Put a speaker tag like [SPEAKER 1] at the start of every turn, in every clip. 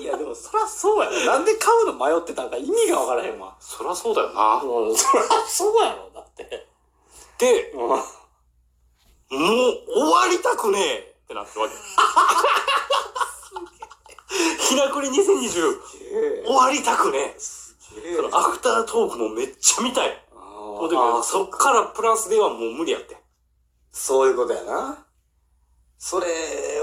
[SPEAKER 1] いや、でも、そらそうやろ。なんで買うの迷ってたんか意味がわからへんわ。
[SPEAKER 2] そりゃそうだよな。
[SPEAKER 1] うん、そらそうやろ、だって。
[SPEAKER 2] で、
[SPEAKER 1] うん。
[SPEAKER 2] もう終わりたくねえってなっ てわけ。ひなくり2020、終わりたくねえ。そのアフタートークもめっちゃ見たい。
[SPEAKER 1] あ
[SPEAKER 2] でもそっからプラスではもう無理やって。
[SPEAKER 1] そういうことやな。それ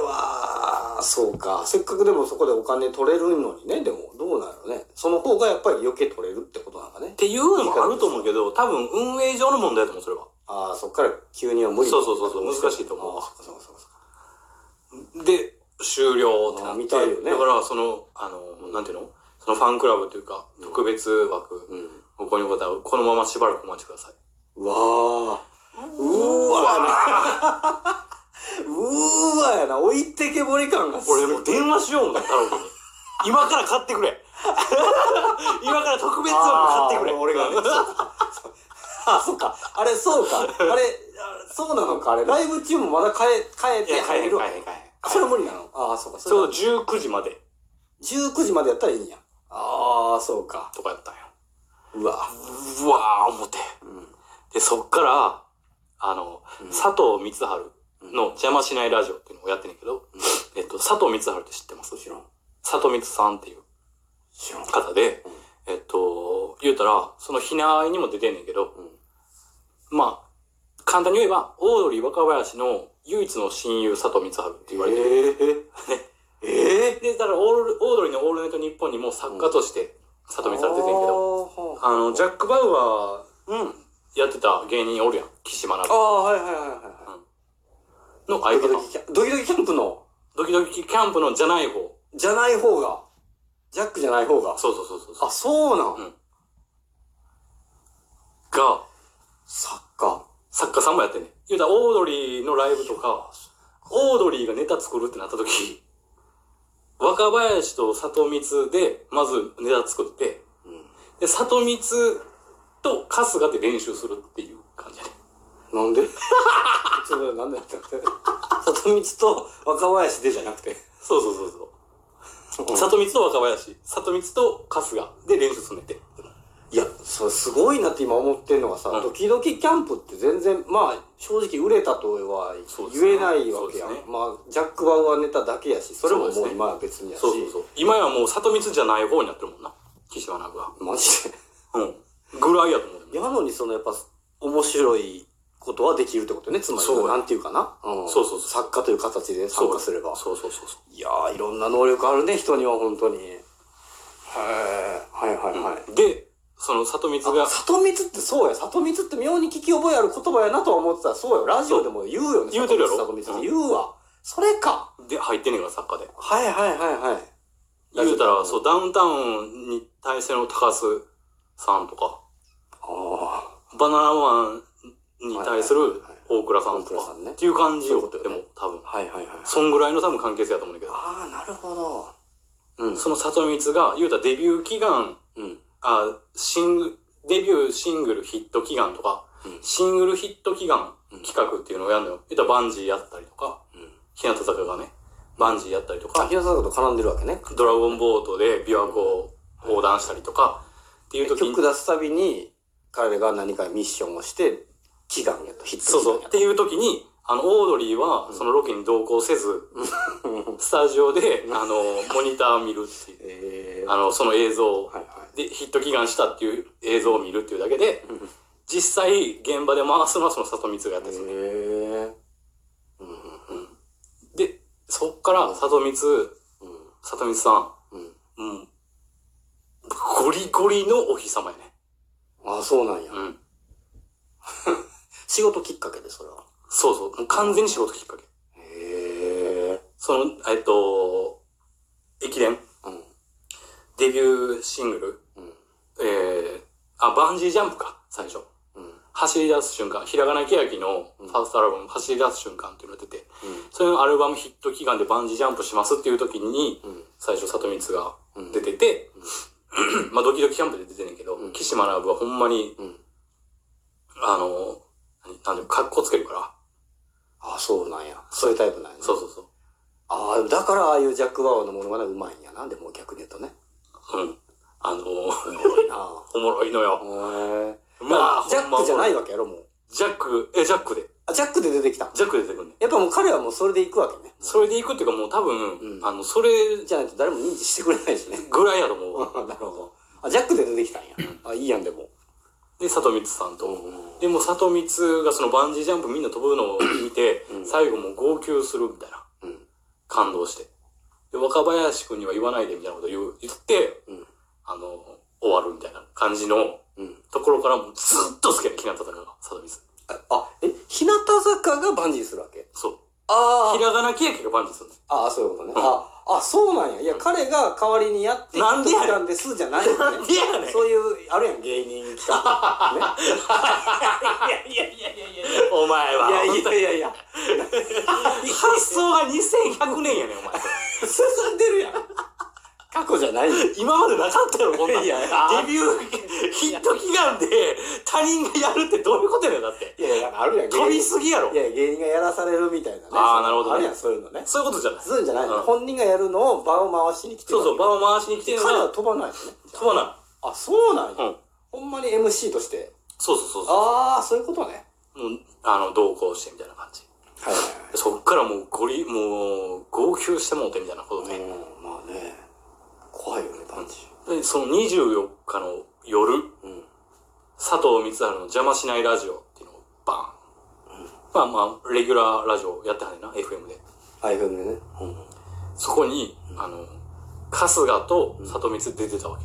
[SPEAKER 1] は、そうか。せっかくでもそこでお金取れるのにね、でも、どうなのね。その方がやっぱり余計取れるってことなんかね
[SPEAKER 2] っ。ていうのもあると思うけど、多分運営上の問題だと思う、それは。
[SPEAKER 1] ああ、そっから急には無理
[SPEAKER 2] そうそうそうそう難しいと思う
[SPEAKER 1] ああそっかそっかそっか
[SPEAKER 2] で、終了ってな
[SPEAKER 1] あ
[SPEAKER 2] っ
[SPEAKER 1] ー
[SPEAKER 2] て。
[SPEAKER 1] 見たいよね
[SPEAKER 2] だから、その、あの、なんていうのそのファンクラブというか、特別枠、
[SPEAKER 1] うん。
[SPEAKER 2] ここにございこのまましばらくお待ちください。
[SPEAKER 1] うわーうーわやな。 うーわやな。置いてけぼり感がすごい
[SPEAKER 2] 俺もう電話しようもん、太郎君に。今から買ってくれ。 今から特別枠買ってくれ。
[SPEAKER 1] あー俺がね。そうそう あ、そっか。あれ、そうか。あれ、あそうなのか。あれ、ライブ中もまだ変え、変え
[SPEAKER 2] い
[SPEAKER 1] て
[SPEAKER 2] や、買えへ
[SPEAKER 1] 入
[SPEAKER 2] ん、
[SPEAKER 1] るわ
[SPEAKER 2] 買えへん、買えへん。
[SPEAKER 1] それ無理なのああ、そうか。
[SPEAKER 2] ちょう
[SPEAKER 1] そ
[SPEAKER 2] ど19時まで
[SPEAKER 1] れ19時までやったらいいんや。ああ、そうか。
[SPEAKER 2] とかやったんよ。
[SPEAKER 1] うわ。
[SPEAKER 2] うわー、思って。で、そっから、あの、佐藤光春の邪魔しないラジオっていうのをやってんねんけど、えっと、佐藤光春って知ってます
[SPEAKER 1] 知らん
[SPEAKER 2] 佐藤光さんっていう
[SPEAKER 1] 知らん
[SPEAKER 2] 方で、えっと、言うたら、そのひなあいにも出てんねんけど、まあ、簡単に言えば、オードリー若林の唯一の親友佐藤光春って言われてる。
[SPEAKER 1] ええええ
[SPEAKER 2] で、だからオール、オードリーのオールナイトニッポンにも作家として佐藤光春出てんけど、
[SPEAKER 1] ど。
[SPEAKER 2] あの、ジャック・バウア
[SPEAKER 1] うん。
[SPEAKER 2] ーやってた芸人おるやん。岸学
[SPEAKER 1] ああ、はいはいはいはいは
[SPEAKER 2] の
[SPEAKER 1] い。ドキ
[SPEAKER 2] 相方
[SPEAKER 1] ド。キキャン、ドキドキキャンプの、
[SPEAKER 2] ドキドキキャンプのじゃない方。
[SPEAKER 1] じゃない方が、ジャックじゃない方が。
[SPEAKER 2] そうそうそうそうそう。
[SPEAKER 1] あ、そうなん、
[SPEAKER 2] うんが、
[SPEAKER 1] サッカ
[SPEAKER 2] 作家さんもやってんねん。言うたら、オードリーのライブとか、オードリーがネタ作るってなった時、若林と里光で、まずネタ作って、で、里光と春日で練習するっていう感じやね
[SPEAKER 1] ー。なんで ちょっとなんでやったっけ里光と若林でじゃなくて。
[SPEAKER 2] そうそうそうそう。里光と若林、里光と春日で練習すんねんて。
[SPEAKER 1] いや、それすごいなって今思ってんのがさ、
[SPEAKER 2] うん
[SPEAKER 1] ドキドキキャンプって全然、まあ、正直売れたとは
[SPEAKER 2] そうですね
[SPEAKER 1] 言えないわけやん。
[SPEAKER 2] そうですね
[SPEAKER 1] まあ、ジャック・バウアーネタだけやし、それもも
[SPEAKER 2] そうです
[SPEAKER 1] う
[SPEAKER 2] ね
[SPEAKER 1] 今は別にやし。
[SPEAKER 2] そうそうそう。今やもう里光じゃない方になってるもんな。岸和名が。
[SPEAKER 1] マジで。
[SPEAKER 2] うん。ぐらいやと思う。
[SPEAKER 1] やのにそのやっぱ、面白いことはできるってことね。つまり、
[SPEAKER 2] そうや
[SPEAKER 1] なんていうかな。うん
[SPEAKER 2] そうそうそう
[SPEAKER 1] 作家という形で参加すれば。
[SPEAKER 2] そうそうそうそう。
[SPEAKER 1] いやー、いろんな能力あるね、人には本当に。へえ。はいはいはい。
[SPEAKER 2] で、その里光が、
[SPEAKER 1] 里光ってそうや、里光って妙に聞き覚えある言葉やなとは思ってた。そうよ、ラジオでも言うよね。
[SPEAKER 2] そう言うてるやろ
[SPEAKER 1] 里光里光って言うわ。それか。
[SPEAKER 2] で、入ってんねんから、作家で。
[SPEAKER 1] はいはいはいはい。
[SPEAKER 2] 言うたら、
[SPEAKER 1] ラジオ
[SPEAKER 2] そう、ダウンタウンに対しての高須さんとか、
[SPEAKER 1] あ
[SPEAKER 2] バナナマンに対す
[SPEAKER 1] はいはい
[SPEAKER 2] る
[SPEAKER 1] はい
[SPEAKER 2] 大倉さんと
[SPEAKER 1] 大倉さ
[SPEAKER 2] か
[SPEAKER 1] んね、
[SPEAKER 2] っていう感じ
[SPEAKER 1] そうい
[SPEAKER 2] よ
[SPEAKER 1] うこと。よ
[SPEAKER 2] で
[SPEAKER 1] ね
[SPEAKER 2] も、多分
[SPEAKER 1] あ。。はいはいはい。
[SPEAKER 2] そんぐらいの多分関係性だと思うんだけど、
[SPEAKER 1] ああ、なるほど。うん。
[SPEAKER 2] その里光が、言うたらデビュー祈願、
[SPEAKER 1] うん。
[SPEAKER 2] あ、シング、デビューシングルヒット祈願とか、
[SPEAKER 1] うん
[SPEAKER 2] シングルヒット祈願企画っていうのをやるのよ。言うたらバンジーやったりとか、
[SPEAKER 1] うん
[SPEAKER 2] 日向坂がね、バンジーやったりとか
[SPEAKER 1] あ、、平坂と絡んでるわけね。
[SPEAKER 2] ドラゴンボートで琵琶湖を横断したりとか、っていう時に
[SPEAKER 1] 曲、出すたびに、彼が何かミッションをして、祈願やと、ヒット
[SPEAKER 2] そうそう、っていう時に、あの、オードリーは、そのロケに同行せず、スタジオで、あの、モニター見るっていう、
[SPEAKER 1] ええー。
[SPEAKER 2] あの、その映像を
[SPEAKER 1] はいはい
[SPEAKER 2] で、ヒット祈願したっていう映像を見るっていうだけで、実際、現場で回すのはその里光がやってるんですよね。
[SPEAKER 1] へえ。
[SPEAKER 2] で、そっから、里光、里光さん、
[SPEAKER 1] うん。
[SPEAKER 2] うん、ゴリゴリのお日様やね。
[SPEAKER 1] あ、そうなんや。
[SPEAKER 2] うん。
[SPEAKER 1] 仕事きっかけで、それは。
[SPEAKER 2] そうそう、もう完全に仕事きっかけ。
[SPEAKER 1] へえ。
[SPEAKER 2] その、えっと、駅伝、
[SPEAKER 1] うん。
[SPEAKER 2] デビューシングル、
[SPEAKER 1] うん
[SPEAKER 2] えー、あ、バンジージャンプか、最初。
[SPEAKER 1] うん。
[SPEAKER 2] 走り出す瞬間、ひらがなけやきのファーストアルバム、走り出す瞬間っていうのが出て、それのアルバムヒット祈願でバンジージャンプしますっていう時に、
[SPEAKER 1] うん
[SPEAKER 2] 最初、里光が出てて、 まあ、ドキドキキャンプで出てんねんけど、岸学はほんまに、
[SPEAKER 1] ん
[SPEAKER 2] あの、何、何でも、格好つけるから、
[SPEAKER 1] あ、そうなんや。そういうタイプなんやね。
[SPEAKER 2] そうそうそう。
[SPEAKER 1] ああ、だからああいうジャック・バウアーのものがね、うまいんやな。でも逆に言うとね。
[SPEAKER 2] うん。あのー、
[SPEAKER 1] あ
[SPEAKER 2] おもろいの
[SPEAKER 1] あ。
[SPEAKER 2] よ。
[SPEAKER 1] へえ。
[SPEAKER 2] まあ、。
[SPEAKER 1] ジャックじゃないいわけやろ、もう。
[SPEAKER 2] ジャック、え、ジャックで。
[SPEAKER 1] あ、ジャックで出てきた。
[SPEAKER 2] ジャックで出てくるね。
[SPEAKER 1] やっぱもう彼はもうそれで行くわけね。
[SPEAKER 2] それで行くっていうかもう多分、
[SPEAKER 1] うん
[SPEAKER 2] あの、それ
[SPEAKER 1] じゃないと誰も認知してくれないしね。
[SPEAKER 2] ぐらいやと思うわ。
[SPEAKER 1] なるほど。あ、ジャックで出てきたんや。あ、いいやん、でも。
[SPEAKER 2] で、里光さんと。
[SPEAKER 1] うん
[SPEAKER 2] でも、里光がそのバンジージャンプみんな飛ぶのを見て、
[SPEAKER 1] うん
[SPEAKER 2] 最後もう号泣するみたいな。
[SPEAKER 1] うん。
[SPEAKER 2] 感動して。で、若林くんには言わないでみたいなこと言う言って、
[SPEAKER 1] うん
[SPEAKER 2] あの、終わるみたいな感じの
[SPEAKER 1] うん。
[SPEAKER 2] ところからもうずっと好きやね、日向坂が、里光。
[SPEAKER 1] あ、え、日向坂がバンジーするわけ
[SPEAKER 2] そう。
[SPEAKER 1] あ
[SPEAKER 2] ひらがなケーキがバンジーするんです。
[SPEAKER 1] ああ、そういうことね。
[SPEAKER 2] うん
[SPEAKER 1] あ、あ、そうなんや。いや、彼が代わりにやってき
[SPEAKER 2] なんでやねん
[SPEAKER 1] たんです、じゃないよね。
[SPEAKER 2] いや
[SPEAKER 1] そういう、あるやん、芸人企画。ね。
[SPEAKER 2] いやいやいやいやいやお前は。
[SPEAKER 1] いやいやいやいや。
[SPEAKER 2] 発想が2100年やねん、お前。
[SPEAKER 1] 進んでるやん。過去じゃないよ。
[SPEAKER 2] 今までなかったよ、こんなん。
[SPEAKER 1] い
[SPEAKER 2] デビ
[SPEAKER 1] や
[SPEAKER 2] ュ
[SPEAKER 1] いや
[SPEAKER 2] ー、ヒット祈願で他人がやるってどういうことやねん、だって。
[SPEAKER 1] いやいや、あるやん。芸人
[SPEAKER 2] 飛びすぎやろ
[SPEAKER 1] い。や、芸人がやらされるみたいなね。
[SPEAKER 2] あーなるほどね
[SPEAKER 1] あるやん、そういうのね。
[SPEAKER 2] そういうことじゃない。
[SPEAKER 1] そういうんじゃないの、
[SPEAKER 2] うん
[SPEAKER 1] 本人がやるのを場を回しに来てる
[SPEAKER 2] そうそう、場を回しに来て
[SPEAKER 1] で
[SPEAKER 2] るの
[SPEAKER 1] 彼は
[SPEAKER 2] は、
[SPEAKER 1] 飛ばないのね。
[SPEAKER 2] 飛ばな
[SPEAKER 1] あ、そうなん
[SPEAKER 2] い。
[SPEAKER 1] や。
[SPEAKER 2] うん。
[SPEAKER 1] ほんまに MC として。
[SPEAKER 2] そうそうそうそう。
[SPEAKER 1] ああ、そういうことね。
[SPEAKER 2] もう、あの、同行してみたいな感じ。
[SPEAKER 1] はいはいはい。
[SPEAKER 2] そっからもうゴリ、もう、号泣してもうてみたいなことで。
[SPEAKER 1] うん、まあね。怖いよね、パンチ。
[SPEAKER 2] で、その24日の夜、
[SPEAKER 1] うん。
[SPEAKER 2] 佐藤光晴の邪魔しないラジオっていうのをバーン。まあまあ、レギュラーラジオやってはんねんな、FM で。
[SPEAKER 1] アイフンでね。うん。
[SPEAKER 2] そこに、あの、春日と里光出てたわけ。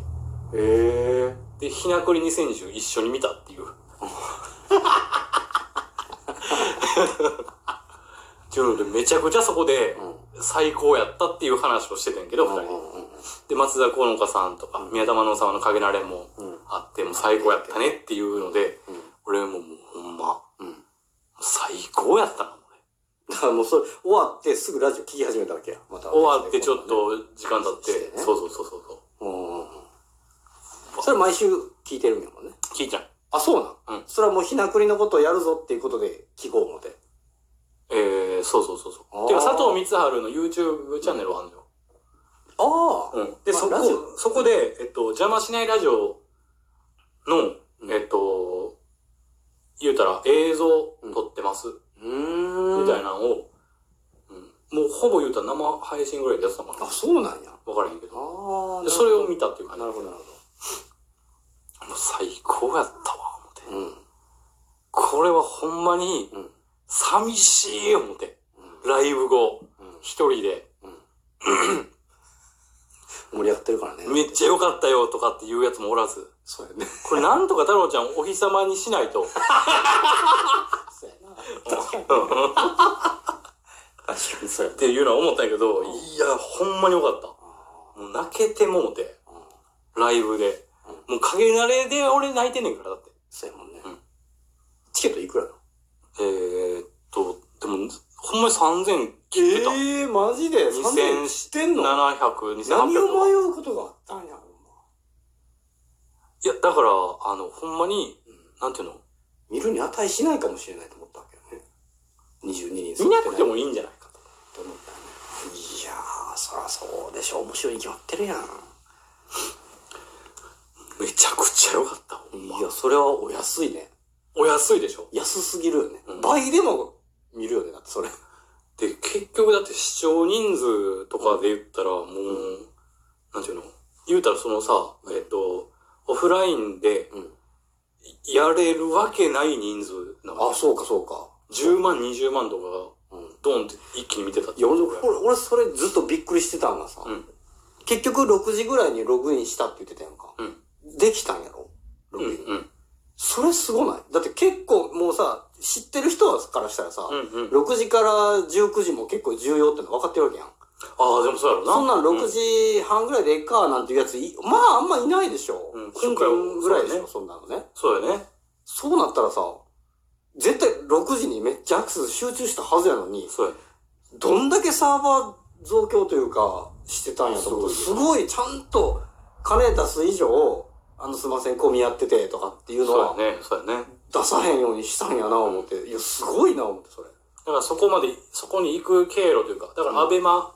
[SPEAKER 1] ええ
[SPEAKER 2] で、ひなこり2010一緒に見たっていう。っていうので、めちゃくちゃそこで最高やったっていう話をしててんけど、二人で。で、松田好花さんとか、宮田真音様の影なれも
[SPEAKER 1] うん
[SPEAKER 2] あって、もう最高やったねっていうので、
[SPEAKER 1] うん
[SPEAKER 2] 俺ももうほんま、
[SPEAKER 1] うん
[SPEAKER 2] 最高やったな、
[SPEAKER 1] だからもうそれ、終わってすぐラジオ聞き始めたわけや。また。
[SPEAKER 2] 俺終わってちょっ。と時間経っ
[SPEAKER 1] して
[SPEAKER 2] て、
[SPEAKER 1] ね
[SPEAKER 2] そうそうそうそうそ
[SPEAKER 1] うんうんうん。それ毎週聞いてるんやもんね。
[SPEAKER 2] う。聞いちゃん。
[SPEAKER 1] あ、そうなん。
[SPEAKER 2] うん
[SPEAKER 1] それはもうひなくりのことをやるぞっていうことで聞こう思て。
[SPEAKER 2] えー、そうそうそうそ
[SPEAKER 1] あ
[SPEAKER 2] う。
[SPEAKER 1] ー
[SPEAKER 2] てか、佐藤光晴の YouTube チャンネルはあるのよ。
[SPEAKER 1] ああ。
[SPEAKER 2] うん、で、
[SPEAKER 1] まあ
[SPEAKER 2] そ
[SPEAKER 1] ラジ
[SPEAKER 2] こ、
[SPEAKER 1] オ
[SPEAKER 2] そこで、えっと、邪魔しないラジオの、
[SPEAKER 1] うん
[SPEAKER 2] えっと、言うたら映像撮ってます、
[SPEAKER 1] うーん。
[SPEAKER 2] みたいなのを、うん、もうほぼ言うたら生配信ぐらいでやってたのか
[SPEAKER 1] あ、そうなんや。
[SPEAKER 2] なわからへんけ
[SPEAKER 1] あ
[SPEAKER 2] ど。
[SPEAKER 1] あ。
[SPEAKER 2] でそれを
[SPEAKER 1] 見
[SPEAKER 2] 見たっていう感じ。
[SPEAKER 1] な
[SPEAKER 2] も
[SPEAKER 1] る
[SPEAKER 2] う
[SPEAKER 1] ほど、なるほ
[SPEAKER 2] 最高やったわ、思って。
[SPEAKER 1] ど。うん。
[SPEAKER 2] これはほんまに
[SPEAKER 1] うん、
[SPEAKER 2] 寂しい、思って。ライブ後、
[SPEAKER 1] うん
[SPEAKER 2] 一人で、
[SPEAKER 1] 盛り上がってるからね。
[SPEAKER 2] めっちゃ良かったよとかって言うやつもおらず。
[SPEAKER 1] そうやね。
[SPEAKER 2] これなんとか太郎ちゃんお日様にしないと。
[SPEAKER 1] そうやな。確かに。確かにそうや
[SPEAKER 2] っ。ていうのは思ったんやけど、いや、ほんまによかった。もう泣けてもうて、ライブで。もう影慣れで俺泣いてんねんから、だって。
[SPEAKER 1] そうやもんね
[SPEAKER 2] うん。
[SPEAKER 1] チケットいくらなの
[SPEAKER 2] えー、っと、でも、ほんまに3000切ってた。
[SPEAKER 1] ええー、マジで
[SPEAKER 2] 2000
[SPEAKER 1] 3000してんの
[SPEAKER 2] 700、2800。
[SPEAKER 1] 何を迷うことがあったんや、ほんま。
[SPEAKER 2] いや、だから、あの、ほんまに、なんていうの
[SPEAKER 1] 見るに値しないかもしれないと思ったわけどね。22人
[SPEAKER 2] 見なくて
[SPEAKER 1] い
[SPEAKER 2] もいいんじゃないか
[SPEAKER 1] と
[SPEAKER 2] と。
[SPEAKER 1] 思ったよね。いやー、そらそうでしょ。面白いに決まってるやん。
[SPEAKER 2] めちゃくちゃよかった、ほんま
[SPEAKER 1] い。や、それはお安いね。
[SPEAKER 2] お安いでしょ。
[SPEAKER 1] 安すぎるよね
[SPEAKER 2] うん。
[SPEAKER 1] 倍でも見るよね、だってそれ。
[SPEAKER 2] で、結局だって視聴人数とかで言ったら、もう、なんていうの言うたらそのさ、えっと、オフラインで
[SPEAKER 1] うん、
[SPEAKER 2] やれるわけない人数なの。
[SPEAKER 1] あ、そうか、そうか。
[SPEAKER 2] 10万、20万とかが
[SPEAKER 1] うん、
[SPEAKER 2] ドンって一気に見てたって
[SPEAKER 1] いや、俺、
[SPEAKER 2] う
[SPEAKER 1] 俺、俺それずっとびっくりしてたんがさ、
[SPEAKER 2] ん。
[SPEAKER 1] 結局6時ぐらいにログインしたって言ってたやんか。
[SPEAKER 2] うん
[SPEAKER 1] できたんやろロ
[SPEAKER 2] うん。
[SPEAKER 1] グイン。
[SPEAKER 2] うん。
[SPEAKER 1] それすごないだって結構もうさ、知ってる人からしたらさ、
[SPEAKER 2] うん。うん。
[SPEAKER 1] 6時から19時も結構重要っての分かってるわけやん。
[SPEAKER 2] ああ、でもそうやろうな。
[SPEAKER 1] そんなん
[SPEAKER 2] う
[SPEAKER 1] 6時半ぐらいでええかなんていうやつい、まああんまいないでしょ。
[SPEAKER 2] うん
[SPEAKER 1] 今回ぐらいでし
[SPEAKER 2] そう
[SPEAKER 1] ょ、そんなのね。
[SPEAKER 2] そうだよね。
[SPEAKER 1] そうなったらさ、絶対6時にめっちゃアクセス集中したはずやのに、
[SPEAKER 2] そうや。
[SPEAKER 1] どんだけサーバー増強というか、してたんやと思う。
[SPEAKER 2] す
[SPEAKER 1] す
[SPEAKER 2] ご
[SPEAKER 1] ごい、ちゃんと、金出す以上、あの、すいません、混み合ってて、とかっていうの
[SPEAKER 2] そ
[SPEAKER 1] は
[SPEAKER 2] う、やね。そうやね。
[SPEAKER 1] 出さへんようにしたんやな、思って。いや、すごいな、思って、それ。
[SPEAKER 2] だからそこまで、そこに行く経路というか、だからアベマ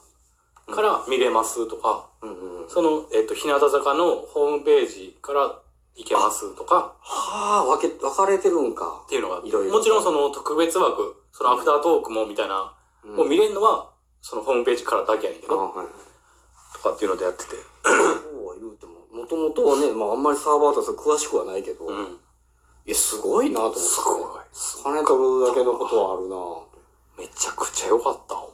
[SPEAKER 2] から見れますとか、
[SPEAKER 1] うんうんうん。
[SPEAKER 2] その、えっと、日向坂のホームページから行けますとか、
[SPEAKER 1] はあ、分け、分かれてるんか
[SPEAKER 2] っ。ていうのがあって
[SPEAKER 1] いろいろ
[SPEAKER 2] もちろんその特別枠、そのアフタートークもみたいな、
[SPEAKER 1] うん
[SPEAKER 2] もう見れるのは、そのホームページからだけやねんけ
[SPEAKER 1] あ
[SPEAKER 2] ど、
[SPEAKER 1] はい。
[SPEAKER 2] とかっていうのでやってて。
[SPEAKER 1] そうは言うても、もともとはね、まああんまりサーバーとして詳しくはないけど、
[SPEAKER 2] う
[SPEAKER 1] い
[SPEAKER 2] ん。
[SPEAKER 1] や、すごいなと思って。
[SPEAKER 2] すごい。
[SPEAKER 1] 金取るだけのことはあるなぁ
[SPEAKER 2] めちゃくちゃ良かった、ほん